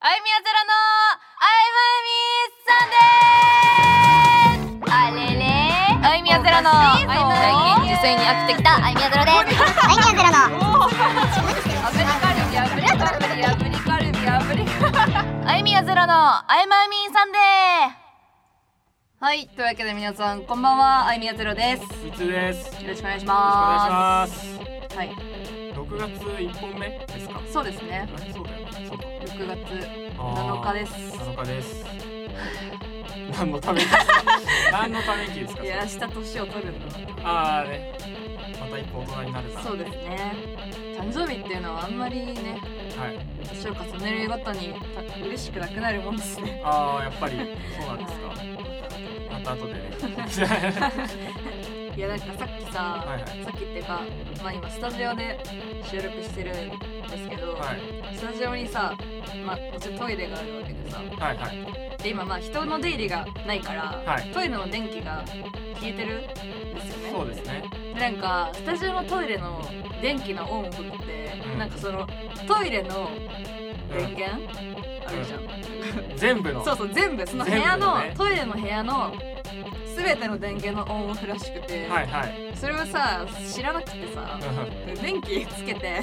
あゆみやゼロのあゆみみさんですあれれあゆみやゼロの最近受精に飽きてきたあゆみやゼロですアイニャンゼロのアブリカルビアブリカルビアブリカルビアブリカルビあゆみやゼロのあゆまゆみんさんではいというわけで皆さんこんばんはあゆみやゼロですよ普通です。よろしくろしくお願いしおま願いします。すはい六月一本目ですか。そうですねあそうだよね。そうか。 6月あー7日です七日です。何の ため息？何のため息ですか。いや明日年を取るんだああね。また一歩大人になるな。そうですね誕生日っていうのはあんまりねはい。年を重ねるごとにた嬉しくなくなるもんですねああやっぱりそうなんですか。また後で ね。いやなんかさっきさ、はいはいさっきっていうか、まあ、今スタジオで収録してるんですけど、はいスタジオにさ、まあ、もちろんトイレがあるわけでさはいはい。で今まあ人の出入りがないから、はいトイレの電気が消えてるんですよそうねですね。でなんかスタジオのトイレの電気のオンオフって、うんなんかそのトイレの電う源、あるじゃん、ん。全部の。そうそう全部その部屋の、全部ねトイレの部屋の全ての電源のオンオフらしくて、はいはい。それをさ知らなくてさ電気つけて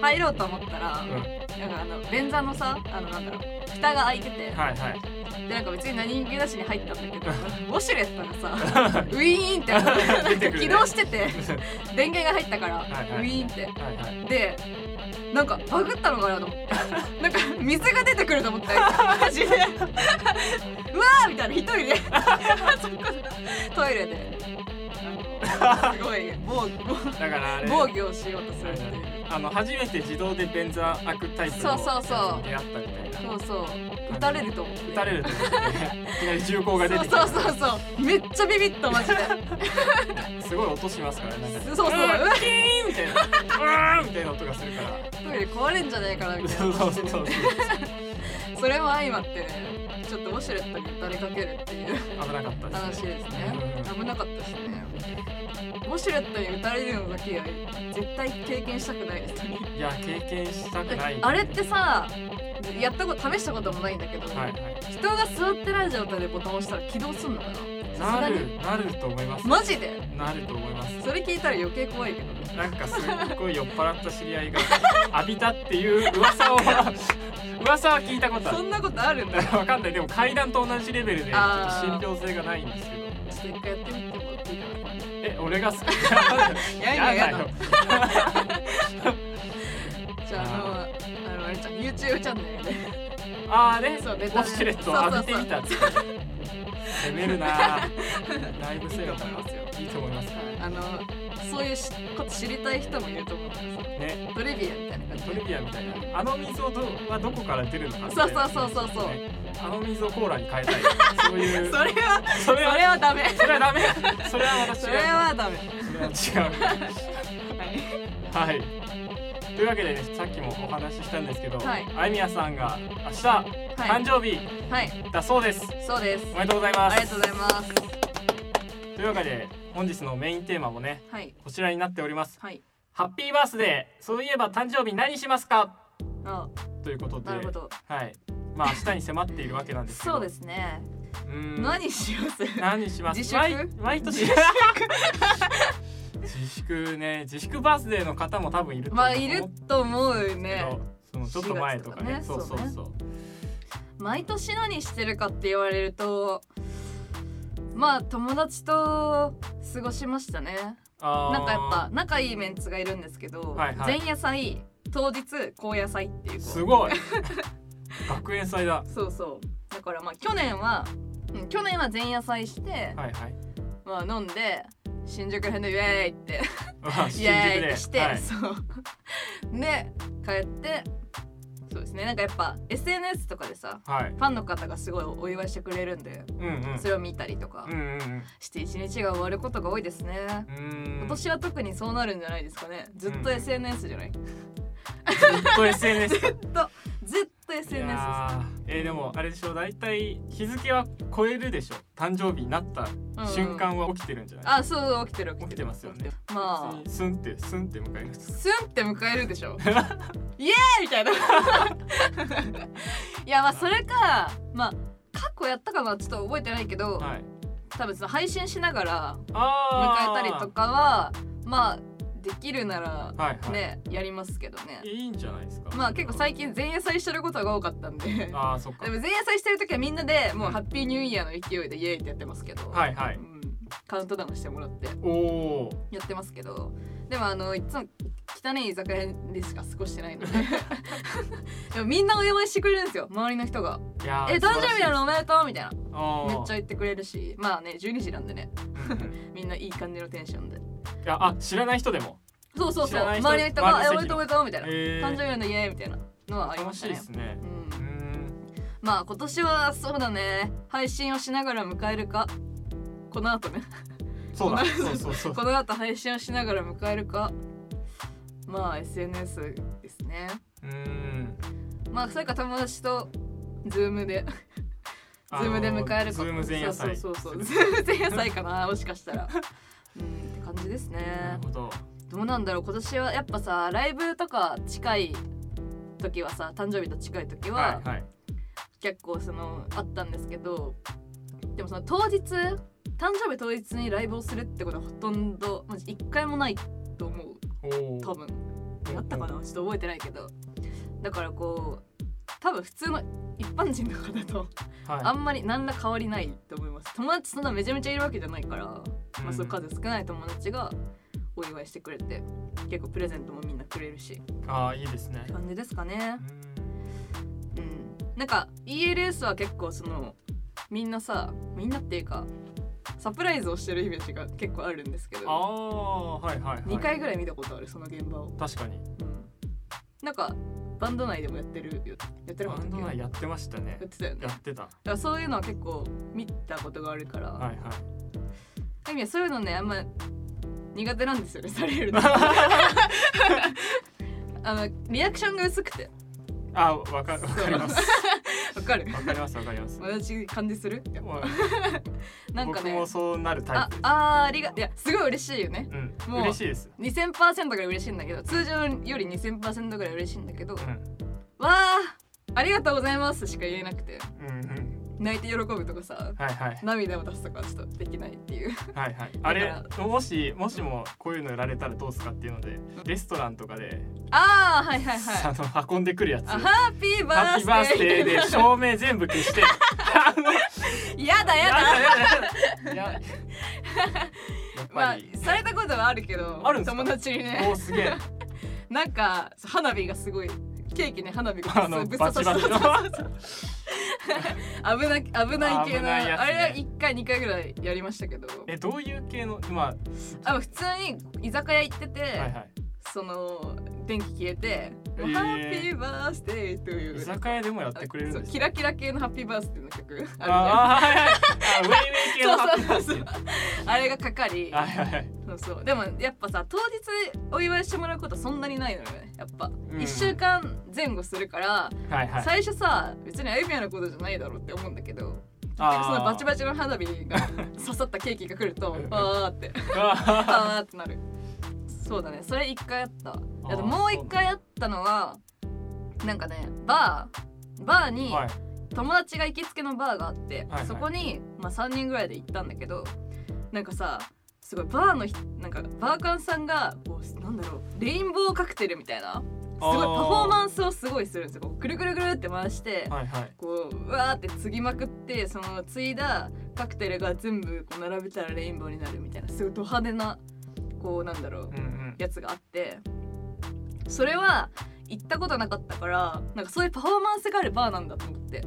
入ろうと思ったら、うんうんなんかあの便座のさあのなんだろう蓋が開いてて、はい はい。でなんか別に何気なしに入ったんだけどウォシュレットがさウィーンって 出てくるね起動してて電源が入ったから、はいはいウィーンってはいはい。でなんかバグったのかなと思ってなんか水が出てくると思ってマジでうわーみたいな一人で そこトイレであのすごい防防だからあれ。防御をしようとするっていうあの初めて自動で便座開くタイプのそうそうそう出会ったみたいなそうそう撃たれると思って撃たれると思っていきなり銃口が出てきてそうそうそうそうめっちゃビビったマジですごい音しますからねなんかそうそううわんキーンみたいなうーんみたいな音がするからトイレ壊れんじゃねえかなみたいなそうそうそうそうそれも相まってねちょっとウォシュレットに撃たれかけるっていう危なかったで話す、ですね危なかったですねウォシュレットに打たれるのだけは絶対経験したくないですねいや経験したくないあれってさやったこと試したこともないんだけど、はいはい人が座ってない状態でボタン押したら起動すんのかなさすながにるなると思いますマジでなると思いますそれ聞いたら余計怖いけどねなんかすっごい酔っ払った知り合いが浴びたっていう噂を 噂は聞いたことあるそんなことあるんだちょ わかんないでも階段と同じレベルでちょっとあー信憑性がないんですけどっと一回やってみてもらっていいかなえ俺が好き やだやだよじゃああのあのあれちゃん YouTube チャンネルであーねそうウベタォでシュレットを浴びてみたって攻めるなぁだいぶ攻めたないいと思いますあのそういうしこと知りたい人もいると思うからさねトリビアみたいな感じトでリビアみたいなあの水をどはどこから出るのかそうそうそうそうそうねあの水をコーラに変えたい そういうそれはそそれれははダメそれはダメそれは私それはダメそれは違うはいはい。というわけでね、さっきもお話ししたんですけど、はいあいみやさんが明日、誕生日はいだそうです。そうですおめでとうございます。ありがとうございますというわけで、本日のメインテーマもね、はいこちらになっております。はいハッピーバースデー、そういえば誕生日何しますかあということで、なるほどはい。まあ明日に迫っているわけなんですけど。。そうですすねうーん。何します何します自粛毎毎年 自粛ね自粛バースデーの方も多分いると思まうあいると思うけねど、そのちょっと前とかね4月そとうかねそうそう毎年何してるかって言われるとまあ友達と過ごしましたねあーなんかやっぱ仲いいメンツがいるんですけど、はいはい前夜祭当日後夜祭っていうこうすごい学園祭だはそうそうだからまあ去年は、うん、去年は前夜祭して、いはいまあ飲んで新宿ら辺でイエーイって あイ 新エー宿イっでてして、はい、そう で帰ってそうですねなんかやっぱ SNS とかでさはい、ファンの方がすごいお祝いしてくれるんでうんうんそれを見たりとかうんうんうんして一日が終わることが多いですねうーん今年は特にそうなるんじゃないですかねずっとうん SNS じゃないずっ と SNS かずっとい SNS ですやーえー、でもあれでしょ大体日付は超えるでしょ誕生日になったうん瞬間は起きてるんじゃない、あそう起きてる起きてる起きてますよねまあ普通にスンってスンって迎え る スンって迎えるでしょイエーイみたいないやまあそれかまあ過去やったかなちょっと覚えてないけど、はい多分その配信しながらあ迎えたりとかはまあできるならかはいはい、ねやりますけどねいいんじゃないですかまあ結構最近前夜祭してることが多かったんで でもああそっか前夜祭してる時はみんなでもうハッピーニューイヤーの勢いでイエーイってやってますけど、はいはいうん、カウントダウンしてもらっておおーやってますけどでもあのいつも汚い居酒屋でしか過ごして ないのででもみんなお祝いしてくれるんですよ周りの人がい「やえ誕生日なののおめでとう」みたいなめめっちゃ言ってくれるしまあね12時なんでねみんないい感じのテンションでいやあ知らない人でもそうそう知そうらない周りの人人が「えおめで周りの席とうのおめでとう」みたいな「えー誕生日なのイエーイ」みたいなのはありま楽ししたいでねすねう、うんんまあ今年はそうだね配信をしながら迎えるかこの後ねそう だこそのうそうそうこの後配信をしながら迎えるかまあ SNS ですねうんまあそれか友達と Zoom であの Zoom で迎えるかズーム前夜祭そうそうそうそう Zoom 前夜祭かなも しかしたらうんって感じですなねるほどどうなんだろう今年はやっぱさライブとか近い時はさ誕生日と近い時ははいはい結構そのあったんですけどでもその当日誕生日当日にライブをするってことはほとんどマジ一回もないと思うおお多分あったかなちょっと覚えてないけどだからこう多分普通の一般人の方とあはんまり何ら変わりないと思います友達そんなめちゃめちゃいるわけじゃないから、いまあ、んそう数少ない友達がお祝いしてくれて結構プレゼントもみんなくれるしああいいですね感じですかねうんうんなんか ELS は結構そのみんなさみんなっていうかサプライズをしてるイメージが結構あるんですけあどあはいはいはい2回ぐらい見たことあるその現場を、確かにうんなんかバンド内でもやってるよやってるバもんンドだっ内けやってましたねやってたよねやだかってたらそういうのは結構見たことがあるから、はいはいでもそういうのねあんま苦手なん ですよねされるのあのリアクションが薄くてあわかわかりますわかるわかりますわか ります私感じするもうなんか僕ねもそうなるタイあプですあーありがいやすごい嬉しいよねうんもう嬉しいです2000%ぐらい嬉しいんだけど通常より2000%ぐらい嬉しいんだけど、うわんあありがとうございますしか言えなくてうんうん泣いて喜ぶとかさはいはい涙を出すとかちょっとできないっていうはいはいあれだもしもしもこういうのやられたらどうすかっていうのでレストランとかでああはいはいはいあの運んでくるやつあハハッピーバッーピーバーススデデーーで照明全部消して やだやだやだやだややっまぱありされたことはあるけどあるんすか友達におねー すげえなんかそう花火がすごいケーキね花火がぶあのっバチバチの 危ない危ない系危のないやつねあれは1回2回ぐらいやりましたけどえどういう系のまあ普通に居酒屋行ってて、あはいはいその電気消えて「えもうーハッピーバースデー」という居酒屋でもやってくれるんそうですキラキラ系の「ハッピーバースデー」の曲あるじあゃんあはいはいあウェイウェイ系のハッピ ーそうそうそうそうあれがかかりはいはいはいそうそうでもやっぱさ当日お祝いしてもらうことそんなにないのよねやっぱ、うん1週間前後するから、はいはい最初さ別にあゆみやのことじゃないだろうって思うんだけどあそのバチチバチの花火 が刺さったケーキが来るとうんうんあー ってああーってなるそうだねそれ一回あったーあともう一回あったのはなんかねバーバーにはい友達が行きつけのバーがあって、はいはいそこに、まあ、3人ぐらいで行ったんだけどなんかさすごいバーのひなんかバーカンさんがこうなんだろうレインボーカクテルみたいなすごいパフォーマンスをすごいするんですよこうぐるぐるぐるって回して、はいはいこううわーって継ぎまくってその継いだカクテルが全部こう並べたらレインボーになるみたいなすごいド派手なこうなんだろううんうんやつがあってそれは行ったことなかったからなんかそういうパフォーマンスがあるバーなんだと思って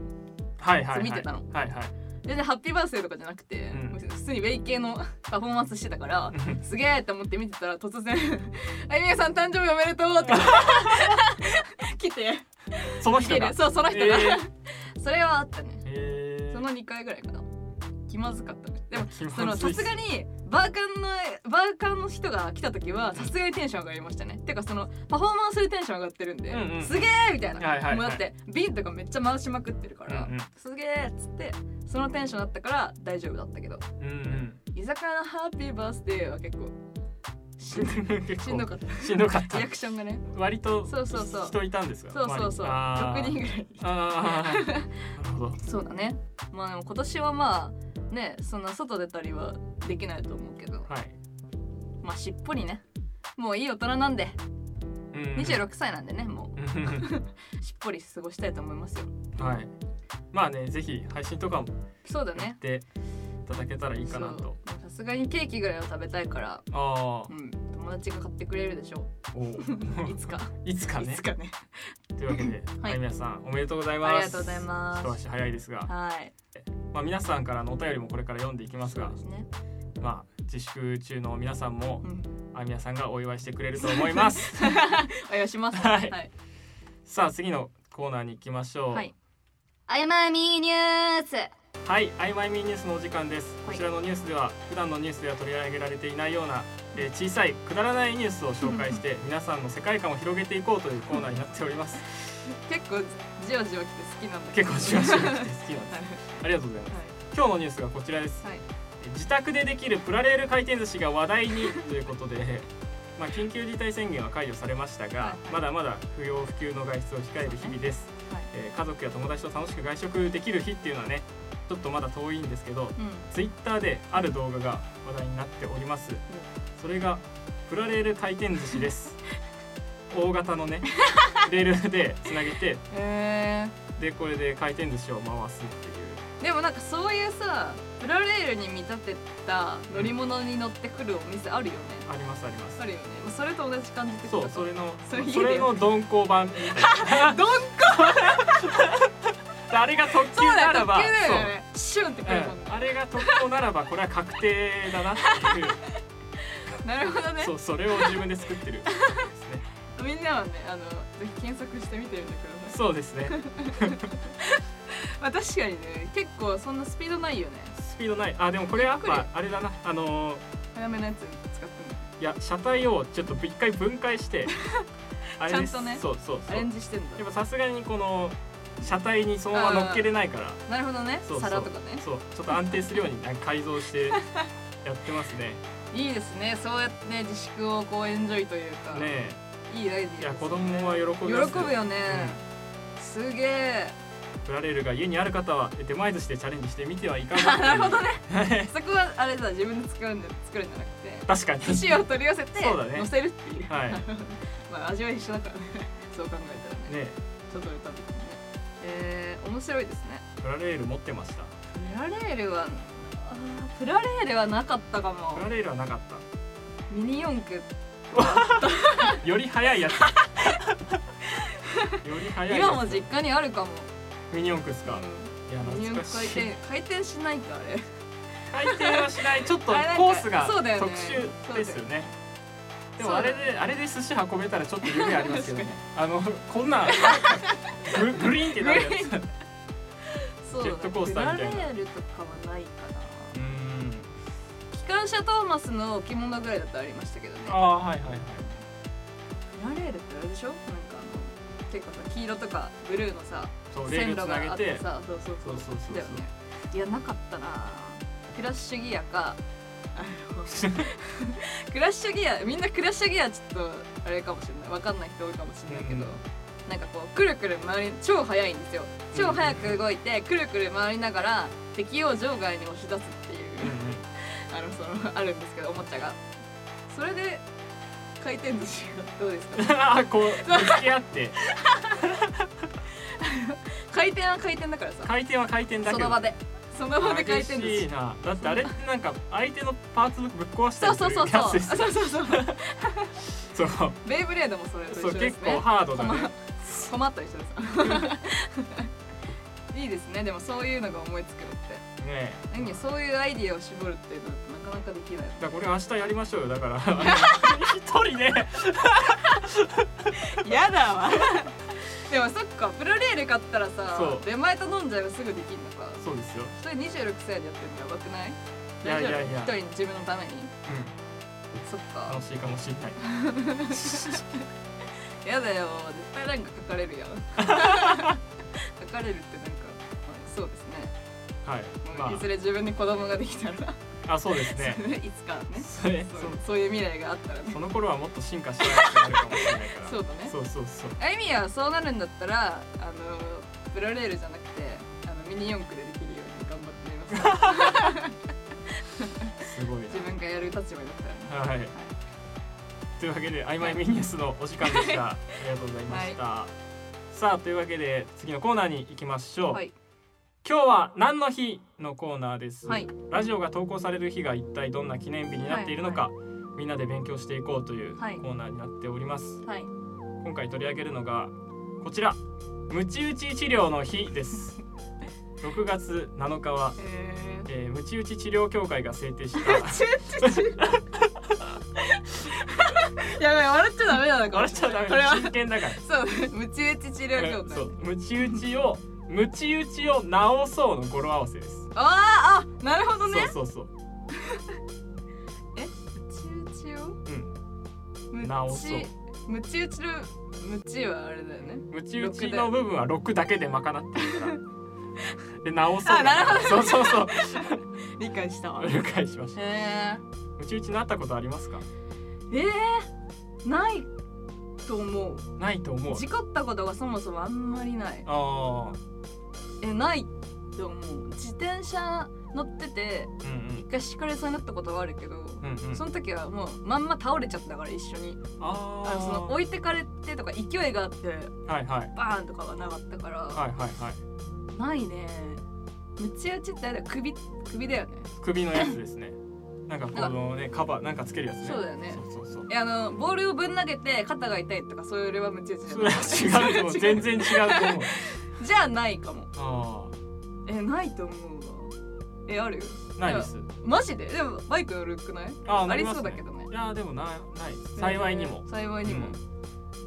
はいはいはい見てたのはい はい全然ハッピーバースデーとかじゃなくて、うん普通にウェイ系の パフォーマンスしてたからすげえって思って見てたら突然 「あゆみやさん誕生日おめでとう」って 来てその来て人がるそうその人が、えそれはあった ねえーその2回ぐらいかな気まずかったねでも気まずそいのっさすすがにバーカンのバーカンの人が来た時はさすがにテンション上がりましたねてかそのパフォーマンスでテンション上がってるんで、うんうんすげえみたいな、はいはいはいもうだって瓶とかめっちゃ回しまくってるから、うんうんすげえっつってそのテンションだったから大丈夫だったけどうんうん居酒屋のハッピーバースデーは結構し しんどかったしんどかったリアクションが ね割とそうそうそう人いたんですかそうそうそう周6り人ぐらいあーあー なるほどそうだねまあでも今年はまあねそんな外出たりはできないと思うけどはいまあしっぽりねもういい大人なんでうん26歳なんでねもうんうしっぽり過ごしたいと思いますよはいまあねぜひ配信とかもそうだやねっていただけたらいいかそうなとさすがにケーキぐらいは食べたいから、ああうん、友達が買ってくれるでしょ お ういーつかいつかいねつかねというわけではいまゆみやさんおめでとうございますありがとうございます一足早いですがはいまあ皆さんからのお便りもこれから読んでいきますそうがですね、まあ自粛中の皆さんも うん、あみやさんがお祝いしてくれると思います お願いしますはいはいさあ次のコーナーに行きましょうはいあやまみニュースはい、アイマイミーニュースのお時間です。はいこちらのニュースでは、普段のニュースでは取り上げられていないような、えー小さいくだらないニュースを紹 介して、皆さんの世界観を広げていこうというコーナーになっております。結構じわじわ来て好きなんだけ結ど構しましょう。好きはないんです。ありがとうございます。今日のニュースがこちらです。はい自宅でできるプラレール回転寿司が話題にということで。まあ、緊急事態宣言は解除されましたが、はいはいまだまだ不要不急の外出を控える日々です、はいえー家族や友達と楽しく外食できる日っていうのはねちょっとまだ遠いんですけど、うんツイッターである動画が話題になっております、それがプラレール回転寿司です 大型のねレールでつなげてへえでこれで回転寿司を回すっていうでもなんかそういうさプラレールに見立てた乗り物に乗ってくるお店あるよねありますありますあるよねまあそれと同じ感じってこそとうそれのそそれれいいねの鈍行版みた いなどんあれが特急そうだなよらば特急だよねシュンってくそうるもんねうんあれが特攻ならばこれは確定だな っていうなるほどねそうそれを自分で作ってるんですねみんなはねあのぜひ検索してみてみてくださそうですねいまあ確かにね結構そんなスピードないよねスピードないあでもこれやっぱあれだなあのー早めのやつ使ってもいや車体をちょっと一回分解して あれですちゃんとねそうそうアそうレやンっジしてんだぱさすがにこの車体にそのまま乗っけれないからなるほどねそうそう皿とかねそうちょっと安定するようになんか改造し てやってますねいいですねそうやってね自粛をこうエンジョイというか、ねいいアイディアえですいや子供は喜ぶやつ喜ぶよね、すげえうんプラレールが家にある方は手前寿司でチャレンジしてみてはいかが なるほどねねそこはあれだ自分で作るんで 作るんじゃなくて確かに寿司を取り寄せてそうだね乗せるっていうはい まあ味は一緒だからね そう考えたらねねちょっと歌ってねえー、面白いですねプラレール持ってましたプラレールはあープラレールはなかったかもプラレールはなかっミニ四駆たより 速いやつより速いやつ今も実家にあるかも、ミニ四駆ですかういやん、ミニ四懐か駆回しい転回転しないかあれ回転はしないちょっとあれなんかコースがそう特だよね殊ですよねでそもうあだれよねであれで寿司運べたらちょっと夢あります よねあのこんなんググリーンってなるやつグうそうジェットコースターみたいなプラレールとかはないかなーん機関車トーマスの置物ぐらいだとありましたけどねああはいはいはいプラレールってあれでしょなんかあの結構さ黄色とかブルーのさそうレー線ル路つながあげっててさそうそうそうそうそうそうそうだよねいやなかったなクラッシュギア かあのクラッシュギアみんなクラッシュギアちょっとあれかもしれないわかんない人多いかもしれないけど、うんなんかこうくるくる回り超速いんですよ超速く動いてくるくる回りながら敵を場外に押し出すっていううあのんうんそのあるんですけどおもちゃがそれで回転寿司がどうですか あーこう付き合って回転は回転だからさ回転は回転だけどその場でその場で回転激し寿い司なだってあれってなんか相手のパーツぶっ壊したそうりすそうるそうやそつうですよそうそうそうそうそうベイブレードもそれと一緒で結す構ねハードだね困った一緒です いいですねでもそういうのが思いつくのってねえ何そういうアイディアを絞るっていうのはなかなかできないだからこれ明日やりましょうよだから一人でやだわ でもそっかプロレール買ったらさそう出前と飲んじゃえばすぐできるのかそうですよそれ26歳でやってるのやばくないいやいやいや大丈夫一人自分のためにそっか楽しいかもしれないやだよ絶対なんか書かれ るやん書かれるってなんか、まあそうですね、はい、まいずれ自分に子供ができたらあそうですね いつかねそれそそうそういう未来があったらねその頃はもっと進化してなくなるかもしれないからそうだねそうそうそうあゆみはそうなるんだったらあのプラレールじゃなくてあのミニ四駆でできるように頑張ってみ ますすごい自分がやる立場になったらねなはいというわけで曖昧ミニュースのお時間でしたありがとうございました、さあというわけで次のコーナーに行きましょう、はい今日は何の日のコーナーです、はいラジオが投稿される日が一体どんな記念日になっているのか、はみんなで勉強していこうというコはいーナーになっております、はい今回取り上げるのがこちらムチ打ち治療の日です 6月7日は、え えー、ムチ打ち治療協会が制定した ー、 やばい笑っちゃダメなのか笑っちゃダメこれは真剣だからそうムチ打ち治療協会そうムチ打ちをムチ打ちを直そうの語呂合わせです、あーあなるほどねそうそうそうムチ打ちをうんム直そうチムチ打ちのムチはあれだよねムチ打ちの部分は6だけで賄ってるからで直そうあなるほどそうそうそう理解した わへ了解しましたえムチ打ちなったことありますかえー、ないと思うないと思う事故ったことがそもそもあんまりないああえないと思う自転車乗っててうん一回ひかれそうになったことはあるけどうんうんうんその時はもうまんま倒れちゃったから一緒にああーのその置いてかれてとか勢いがあってはいはいバーンとかはなかったから、はいはいはいないねムチ打ちってあれだよ首首だよね首のやつですねなんかこのねカバーなんかつけるやつねそうだよねそうそうそういやあのボールをぶん投げて肩が痛いとかそれはムチ打ちじゃそないれは違う と思う全然違うと思うじゃあないかもあえないと思うわえあるあないですマジででもバイク乗るくないあーあなりますそうねだけどねいやーでもなない幸いにもえー幸いにも、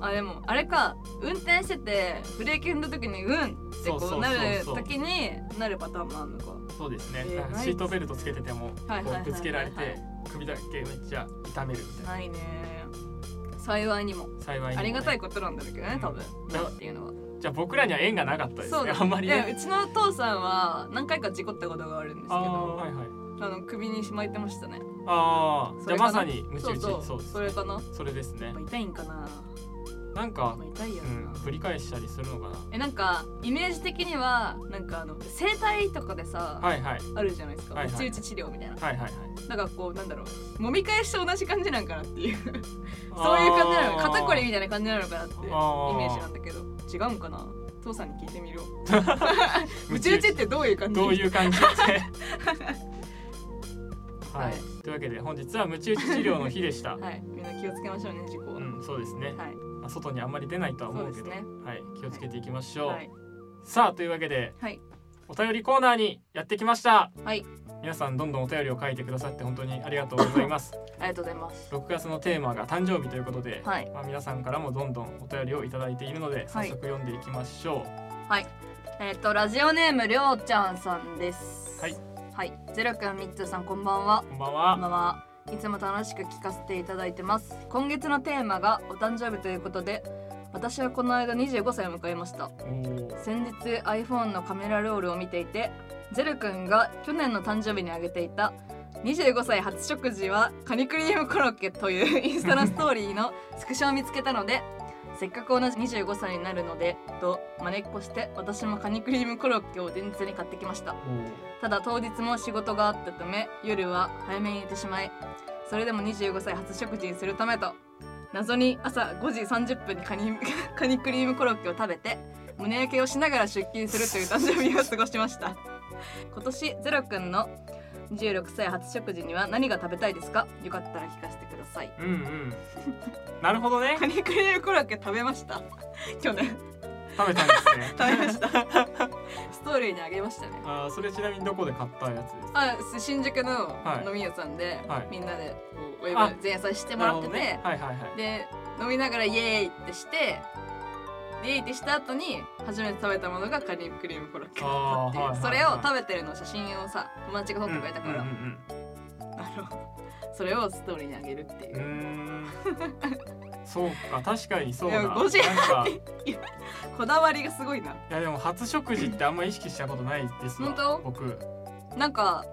あでもあれか運転しててブレーキ踏んだ時にうんってそうそこうそううなる時になるパターンもあるのかそうですね、えーなんかないシートベルトつけててもこはいはいはいはいうぶつけられはいて首だけめっちゃ痛めるみたないいなね幸いにも幸いにもね、ありがたいことなんだけどね多分うんなんていうのはじゃあ僕らには縁がなかったですそうねだあんまりいやねうちのお父さんは何回か事故ったことがあるんですけどあーあ,、はいはいの首に巻いてましたねあーそじれゃあかなまさにムチそう打ちそうそそうですれねかなやそれですねっぱ痛いんかななんかまあ痛いような、んぶり返したりするのかえなんかイメージ的にはなんかあの整体とかでさ、なはいはいあるじゃないですか、はいはい内々治療みたいなはいはいはいなんかこうなんだろう揉み返しと同じ感じなんかなって いうそういう感じなのか肩こりみたいな感じなのかなってイメあーージなんだけど違うんかな父さんに聞いてみ ろムうちチ打うちちってどういう感じどういう感じでは はいい、というわけで本日はムチ打ち治療の日でした、はいみんな気をつけましょうね事故は、うんそうですね、はいまあ外にあんまり出ないとは思うけそどうですはい、気をつけていきましょう、はいさあというわけではいお便りコーナーにやってきましたはい皆さんどんどんお便りを書いてくださって本当にありがとうございます ありがとうございます6月のテーマが誕生日ということで、はいまあ、皆さんからもどんどんお便りをいただいているので早はい速読んでいきましょえっ、とラジオネームりょうちゃんさんですはいはいゼロくんみっつーさんこんばんはう、こんばんこんばはんはいつも楽しく聞かせていただいてます今月のテーマがお誕生日ということで私はこの間25歳を迎えましたおー先日 iPhone のカメラロールを見ていてゼル君が去年の誕生日にあげていた25歳初食事はカニクリームコロッケというインスタのストーリーのスクショを見つけたのでせっかく同じ25歳になるのでとまねっこして私もカニクリームコロッケを前日に買ってきましたおーただ当日も仕事があったため夜は早めに寝てしまいそれでも25歳初食事にするためと謎に朝5時30分にカニ カニクリームコロッケを食べて胸焼けをしながら出勤するという誕生日を過ごしました今年ゼロくんの26歳初食事には何が食べたいですかよかったら聞かせてくださいうんうんなるほどねカニクリームコロッケ食べました去年食べたんで すね食べましたストーリーにあげましたねあーそれちなみにどこで買ったやつですかあす新宿のはい飲み屋さんで、はいみんなでこうウェあブ前菜してもらってて、なるほどねはいはいはいで飲みながらイエーイってしてイエーイってした後に初めて食べたものがカニクリームコロッケだあってーいう、はいはいはい それを食べてるの写真をさ友達が撮ってくれたから、うんうんあのそれをストーリーにあげるっていうう、んうーんそうか確かにそういだなやんご自かこだわりがすごいないやでも初食事ってあんま意識したことないですわ本当僕なんか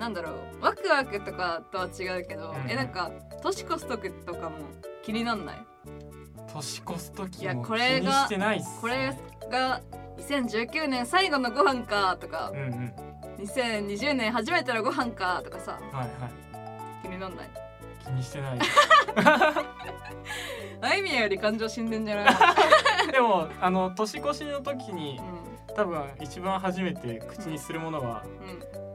なんだろうワクワクとかとは違うけど、うんえなんか年越す時とかも気になんない年越す時いやも気これにがしてないっすこれが2019年最後のご飯かとかうんうん2020年初めてのご飯かとかさはいはい気になんない気にしてないあいみやより感情死んでんじゃない、でもあの年越しの時にう多分一番初めて口にするものは、ん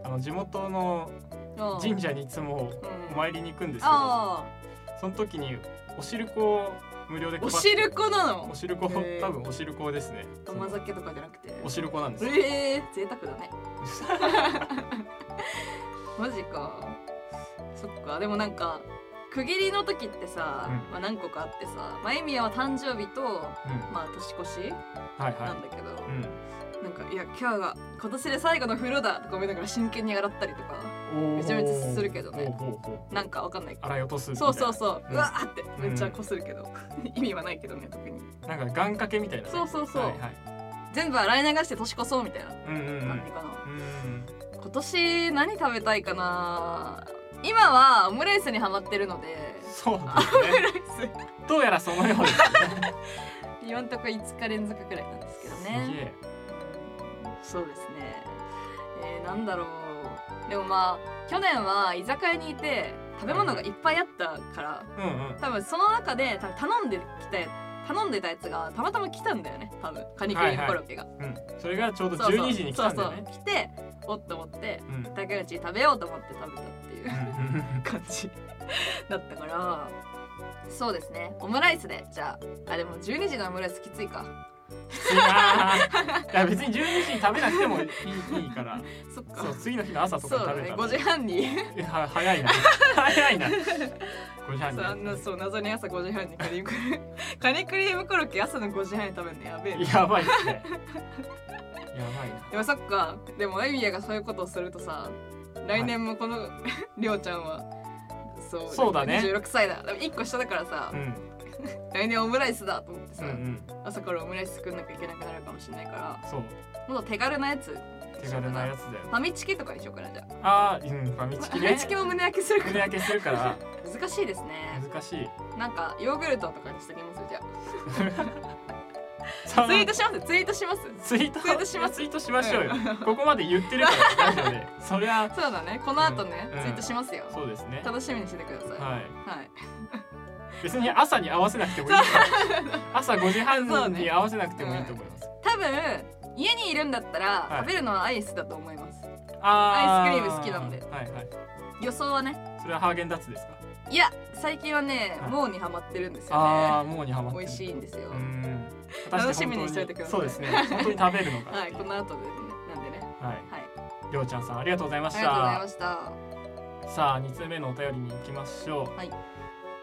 うんあの地元のああ、神社にいつもおうん、参りに行くんですけどああその時にお汁粉を無料でお配しるこなのお汁粉多へー分お汁粉ですね甘酒とかじゃなくてお汁粉なんですよええー、贅沢だ ねマジかそっかでもなんか区切りの時ってさ、うんまあ、何個かあってさまゆみやは誕生日とうんまあ年越しはいなはんだけど、いうんなんかいや今日が今年で最後の風呂だとか思いながら真剣に洗ったりとかめちゃめちゃするけどねほうほうほうなんかわかんないけど洗い落とすみたいそなうそうそう、ううんわーってめっちゃこするけど、 意味はないけどね特になんか願掛けみたいなねそうそうそうはいはい全部洗い流して年越そうみたいなうんうんうん感じかな、うん今年何食べたいかな今はオムライスにハマってるのでそうですねどうやらそのようです今んとこ5日連続くらいなんですけどすげねえそうですねえー、なんだろうでもまあ去年は居酒屋にいて食べ物がいっぱいあったからうんうん多分その中で多分頼んできた頼んでたやつがたまたま来たんだよね多分カニクリームコロッケが、うんそれがちょうどそうそう12時に来たんだよねそうそう来ておっと思ってうんうん竹内食べようと思って食べたっていううんうん感じだったからそうですねオムライスでじゃああでも12時のオムライスきついかいやー いや別に12時に食べなくてもいいいいからそっかそう次の日の朝とそかうにだね食べた5ら時半にいや早いな早いな5時半そうあんなそう謎に朝5時半にカニクリームカニクリームコロッケ朝の5時半に食べるのやべえなにやばいっ すねやばいなでもそっかでもエミヤがそういうことをするとさ来年もこのりょうちゃんはそうそうだね26歳だでも1個下だからさ、うん来年オムライスだと思ってうさ、んうん朝からオムライス作んなきゃいけなくなるかもしれないからそうもっと手軽なやつ手軽なやつだよファミチキとかにしようかなじゃああーうんファミチファキミ ねチキも胸焼けするか胸ら焼けするから難しいですね難しいなんかヨーグルトとかにしてきますじゃそあのツイートしますツイートしますツイートツイートしますツイートしましょうよ、うんここまで言ってるからラジオでそりゃそうだねこの後ね、うんツイートしますよそうですね楽しみにしててくださいはいはい、別に朝に合わせなくて もいいから朝5時そう半にね合わせなくてもいいと思います、多分家にいるんだったら、はい食べるのはアイスだと思いますあアイスクリーム好きなのではいはい予想はねそれはハーゲンダッツですか、いや最近はね、はいもうにハマってるんですあよあもうにハマねっ美てる味しいんですようーん楽しみにしておいてくださいそうですね本当に食べるのかはいこの後でねなんでねはいはいりょうちゃんさんありがとうございまあしりがとうございたましたさあ2通目のお便りに行きましょう、はい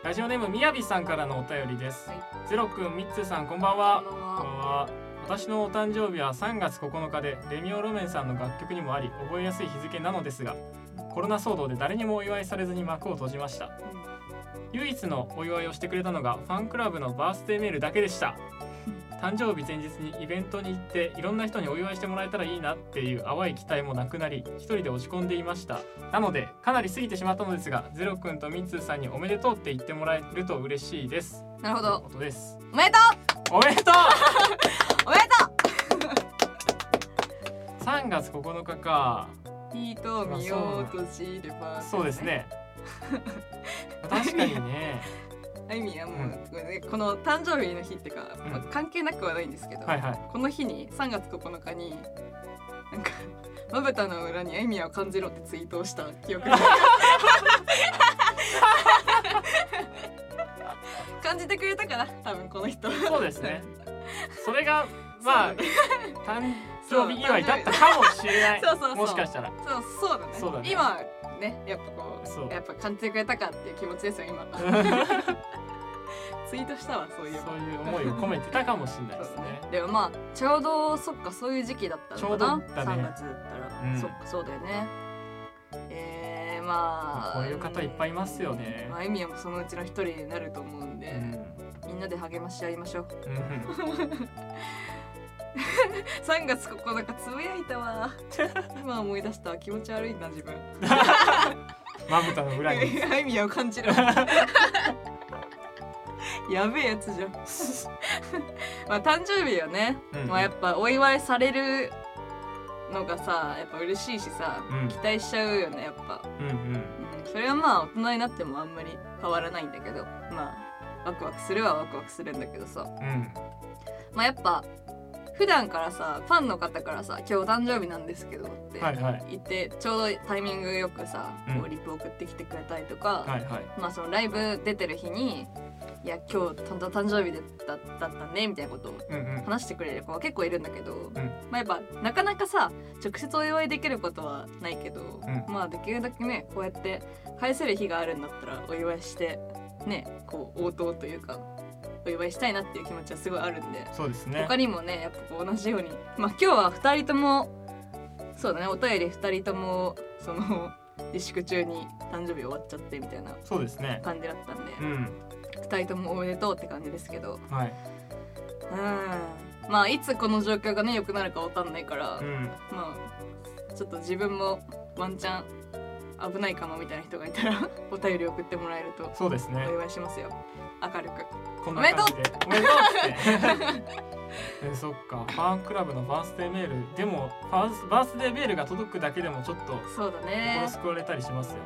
ラジオネームみやびさんからのお便りです、はいゼロくんみっつーさんこんばんはこんばんはこんばんは私のお誕生日は3月9日でレミオロメンさんの楽曲にもあり覚えやすい日付なのですがコロナ騒動で誰にもお祝いされずに幕を閉じました唯一のお祝いをしてくれたのがファンクラブのバースデーメールだけでした誕生日前日にイベントに行っていろんな人にお祝いしてもらえたらいいなっていう淡い期待もなくなり一人で落ち込んでいましたなのでかなり過ぎてしまったのですがゼロくんとミッツーさんにおめでとうって言ってもらえると嬉しいですなるほというどことですおめでとおめでとう うおめで 3月9日かとう人を見ようとしればそうですね確かにねあいみやもう、この誕生日の日ってか、まあうん関係なくはないんですけど、はいはいこの日に3月9日になんかまぶたの裏にあいみやを感じろってツイートをした記憶が感じてくれたかな多分この人そうですねそれがまあそう誕生日祝いだったかもしれない そうそうそうもしかしたらそうそうだねそうだね今ねやっぱこうそうやっぱ感じてくれたかっていう気持ちですよ 今ツイートしたわそういうそういう思いを込めてたかもしれないですね。でもまあちょうどそっかそういう時期だったのかな、ちょうどだね3月だったら、うんそっかそうだよねえー、ままああこういう方いっぱいいますよねまあエミヤもそのうちの一人になると思うんで、うんみんなで励まし合いましょううん3月9日つぶやいたわ 今思い出したわ気持ち悪いな自分まぶたの裏 にあいみやを感じ るやべえやつ じゃんまあ誕生日よね、うんまあやっぱお祝いされるのがさやっぱ嬉しいしさ、うん期待しちゃうよねやっぱ、うんうんうん、それはまあ大人になってもあんまり変わらないんだけどまあワクワクするはワクワクするんだけどさうんまあやっぱ普段からさファンの方からさ「今日誕生日なんですけど」ってはいはい言って、ちょうどタイミングよくさ、うんこうリプ送ってきてくれたりとか、はいはいまあそのライブ出てる日に「いや今日たんた誕生日だっただったね」みたいなことをうんうん話してくれる子は結構いるんだけど、んまあやっぱなかなかさ直接お祝いできることはないけど、んまあできるだけねこうやって返せる日があるんだったらお祝いしてねこう応答というかお祝いしたいなっていう気持ちはすごいあるんで。そうですね他にもねやっぱこう同じようにまあ今日は2人ともそうだねお便り2人ともその自粛中に誕生日終わっちゃってみたいなそうですね感じだったんで、うん2人ともおめでとうって感じですけどはいうんまあいつこの状況がね良くなるかわかんないから、うんまあちょっと自分もワンチャン危ないかもみたいな人がいたら お便り送ってもらえるとそうですおね祝いしますよ明るくこんな感じでおめでとうって えそっかファンクラブのバースデーメールでもファースバースデーメールが届くだけでもちょっとそうだね心救われたりしますよ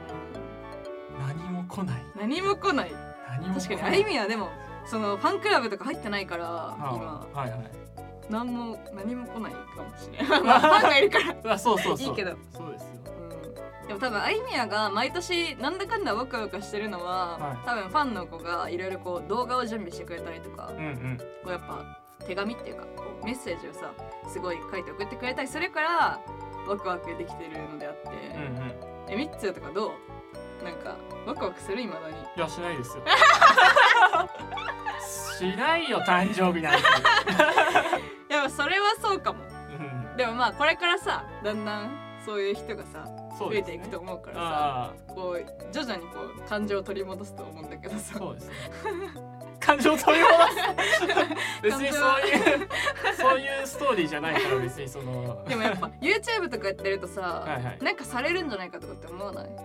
何も来ない何も来ない何も来ない確かにあゆみはでもそのファンクラブとか入ってないからあ今あはいはい何も何も来ないかもしれ ないまあファンがいるからあそうそうそういいけどそうですようんでも多分あいみやが毎年なんだかんだワクワクしてるのは、はい多分ファンの子がいろいろこう動画を準備してくれたりとかうんうんこうやっぱ手紙っていうかこうメッセージをさすごい書いて送ってくれたりするからワクワクできてるのであって、うんうん えみっつーとかどうなんかワクワクするいまだにいやしない ですよしないよ誕生日なんて、でもそれはそうかもうんでもまあこれからさだんだんそういう人がさそう増でえすてねいくと思うからさあこう徐々にこう感情を取り戻すと思うんだけど あさそうですね感情を取り戻す別にそういうそういうストーリーじゃないから別にそのでもやっぱ YouTube とかやってるとさはいはいなんかされるんじゃないかとかって思わないなんか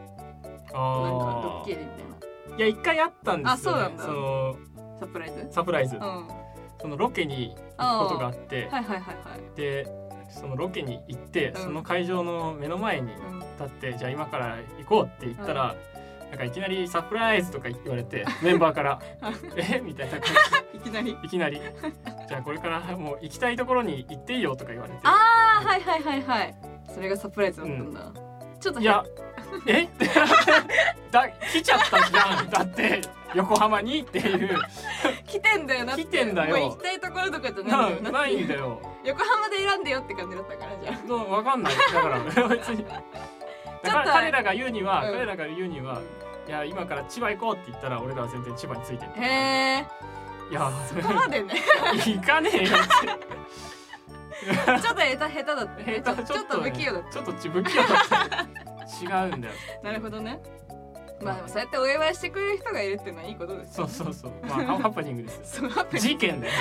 ドあッキーリみたいいや一回あったんですよ、ね、あそうなんだのなサプライズうんサプライズ、はそのロケに行くことがあっいてはいはいはいでそのロケに行って、うんその会場の目の前にうん立ってじゃあ今から行こうって言ったら、なんかいきなりサプライズとか言われて メンバーから「えみたいな感いきなりじいきなり「じゃあこれからもう行きたいところに行っていいよ」とか言われてああはいはいはいはいそれがサプライズだったんだちょっといや え だ来ちゃったじゃんだって横浜にっていう来てんだよなって来てんだよもう行きたいところとかじゃ なないんだよなっなていいんうだよ 横浜で選んでよって感じだったからじゃあどうわかんないだから 別にだからちょっと彼らが言うには、うん彼らが言うには「いや今から千葉行こう」って言ったら俺らは全然千葉についてるへえいやそこまでね 行かねえよ ちょっと下手下手だったね下手ちょっとね不器用だっちょっとち不器用だった違うんだよたなるほどねまあでもそうやってお祝いしてくれる人がいるっていうのはいいことですそようそうそうま あハプニングですそのアプリ事件だよ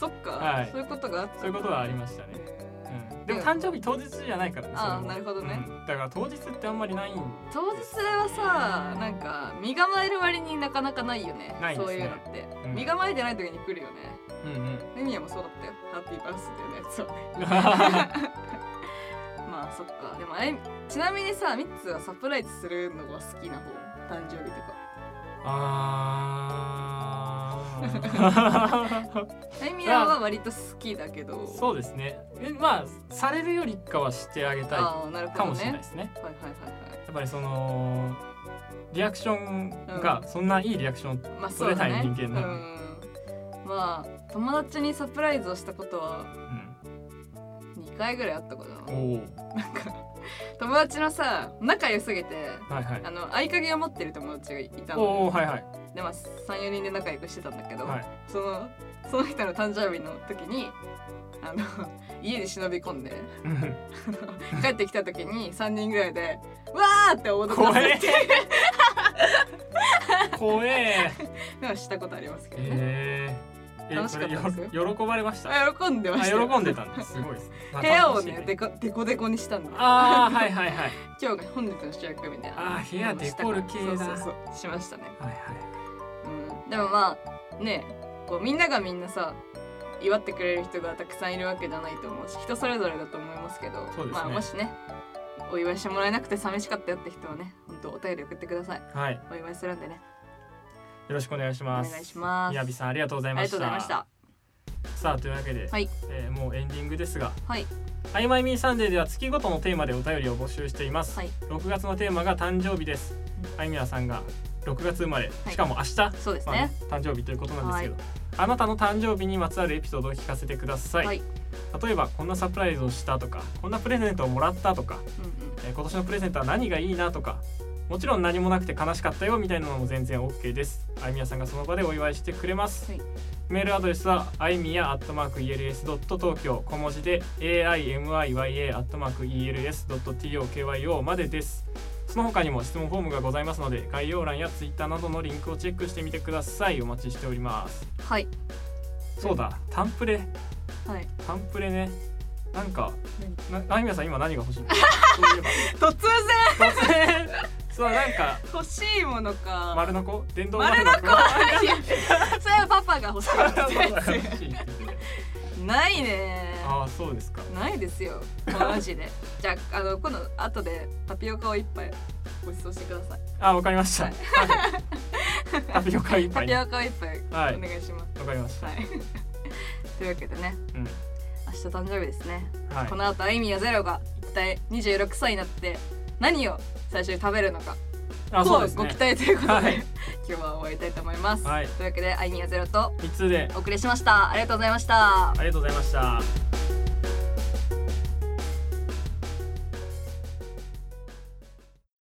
そっか、はいそういうことがあっそういうことはありましたたね、ねうん、でも誕生日当日じゃないからねあーそれもなるほどねうんだから当日ってあんまりないん当日はさなんか身構える割になかなかないよねないですねそういうのって、うん身構えてない時に来るよねう んうんレミヤもそうだったよハッピーバースデーのやつは まあそっかでもあれちなみにさミッツはサプライズするのが好きな方誕生日とかあーレミヤは割と好きだけどそうですねえまあされるよりかはしてあげたいああなるかほどもしれないねですねはいはいはいやっぱりそのリアクションがそんないいリアクションはいまあそうだね取れない人間なのうんまあ友達にサプライズをしたことはう2回ぐらいあったかん、なおおなんか友達のさ仲良すぎてはいはいあの合鍵を持ってる友達がいたおのおはいはいで、まあ、34人で仲良くしてたんだけど、はいそのその人の誕生日の時にあの 家に忍び込んでうん帰ってきた時に3人ぐらいで「わー!」って驚か怖せえて怖えでもしたことありますけどね、え楽しかったですよえそれよ喜ばれましたああ喜んでましたよ喜んでたんだすごいです部屋を楽しいねでこデコデコにしたんだああはいはいはいはい今日が本日の主役みたいなあー部屋デコる系だそうそうそうしましたね、はうん、でもまあねこうみんながみんなさ祝ってくれる人がたくさんいるわけじゃないと思うし人それぞれだと思いますけどそうですねまあ、もしねお祝いしてもらえなくて寂しかったよって人はね本当お便り送ってくださいいはいよお祝いするんでねろしくお願いしお願まいすします宮城さんありがとうございあまりがしとうたございましたさあというわけで、はいえーもうエンディングですがはい「あいまいみーサンデー」では月ごとのテーマでお便りを募集しています、はい6月のテーマが誕生日ですあいみやさんが6月生まれ、はいしかも明日、そうですまあねね誕生日ということなんですけど、あなたの誕生日にまつわるエピソードを聞かせてください、はい例えばこんなサプライズをしたとかこんなプレゼントをもらったとか、うんうんえー今年のプレゼントは何がいいなとかもちろん何もなくて悲しかったよみたいなのも全然 OK ですあいみやさんがその場でお祝いしてくれます、はいメールアドレスはあいみや @els.tokyo 小文字で aimiya.els.tokyo までですその他にも質問フォームがございますので概要欄や Twitter などのリンクをチェックしてみてくださいお待ちしておりますはいそうだタンプレはいタンプレねなんかなあいみやさん今何が欲しい そういえば突然突然そうなんか欲しいものか丸のこ電動丸のこいやそれはパパが 欲し丸のこいがで欲しいって言ってすないねああそうですかないです よマジでじゃああの今度後でタピオカを一杯ご馳走してくださいあわかりました、はいタピオカ一タ杯ピねわオカを一杯おはい願いしまかりましすた、はい、 というわけでねうん明日誕生日ですね、はいこの後あいみやゼロが一体26歳になって何を最初に食べるのかあそうですごね期待ということで、はい今日は終わりたいと思います、はいというわけであいみやゼロと三つでお送りしましたありがとうございましたありがとうございました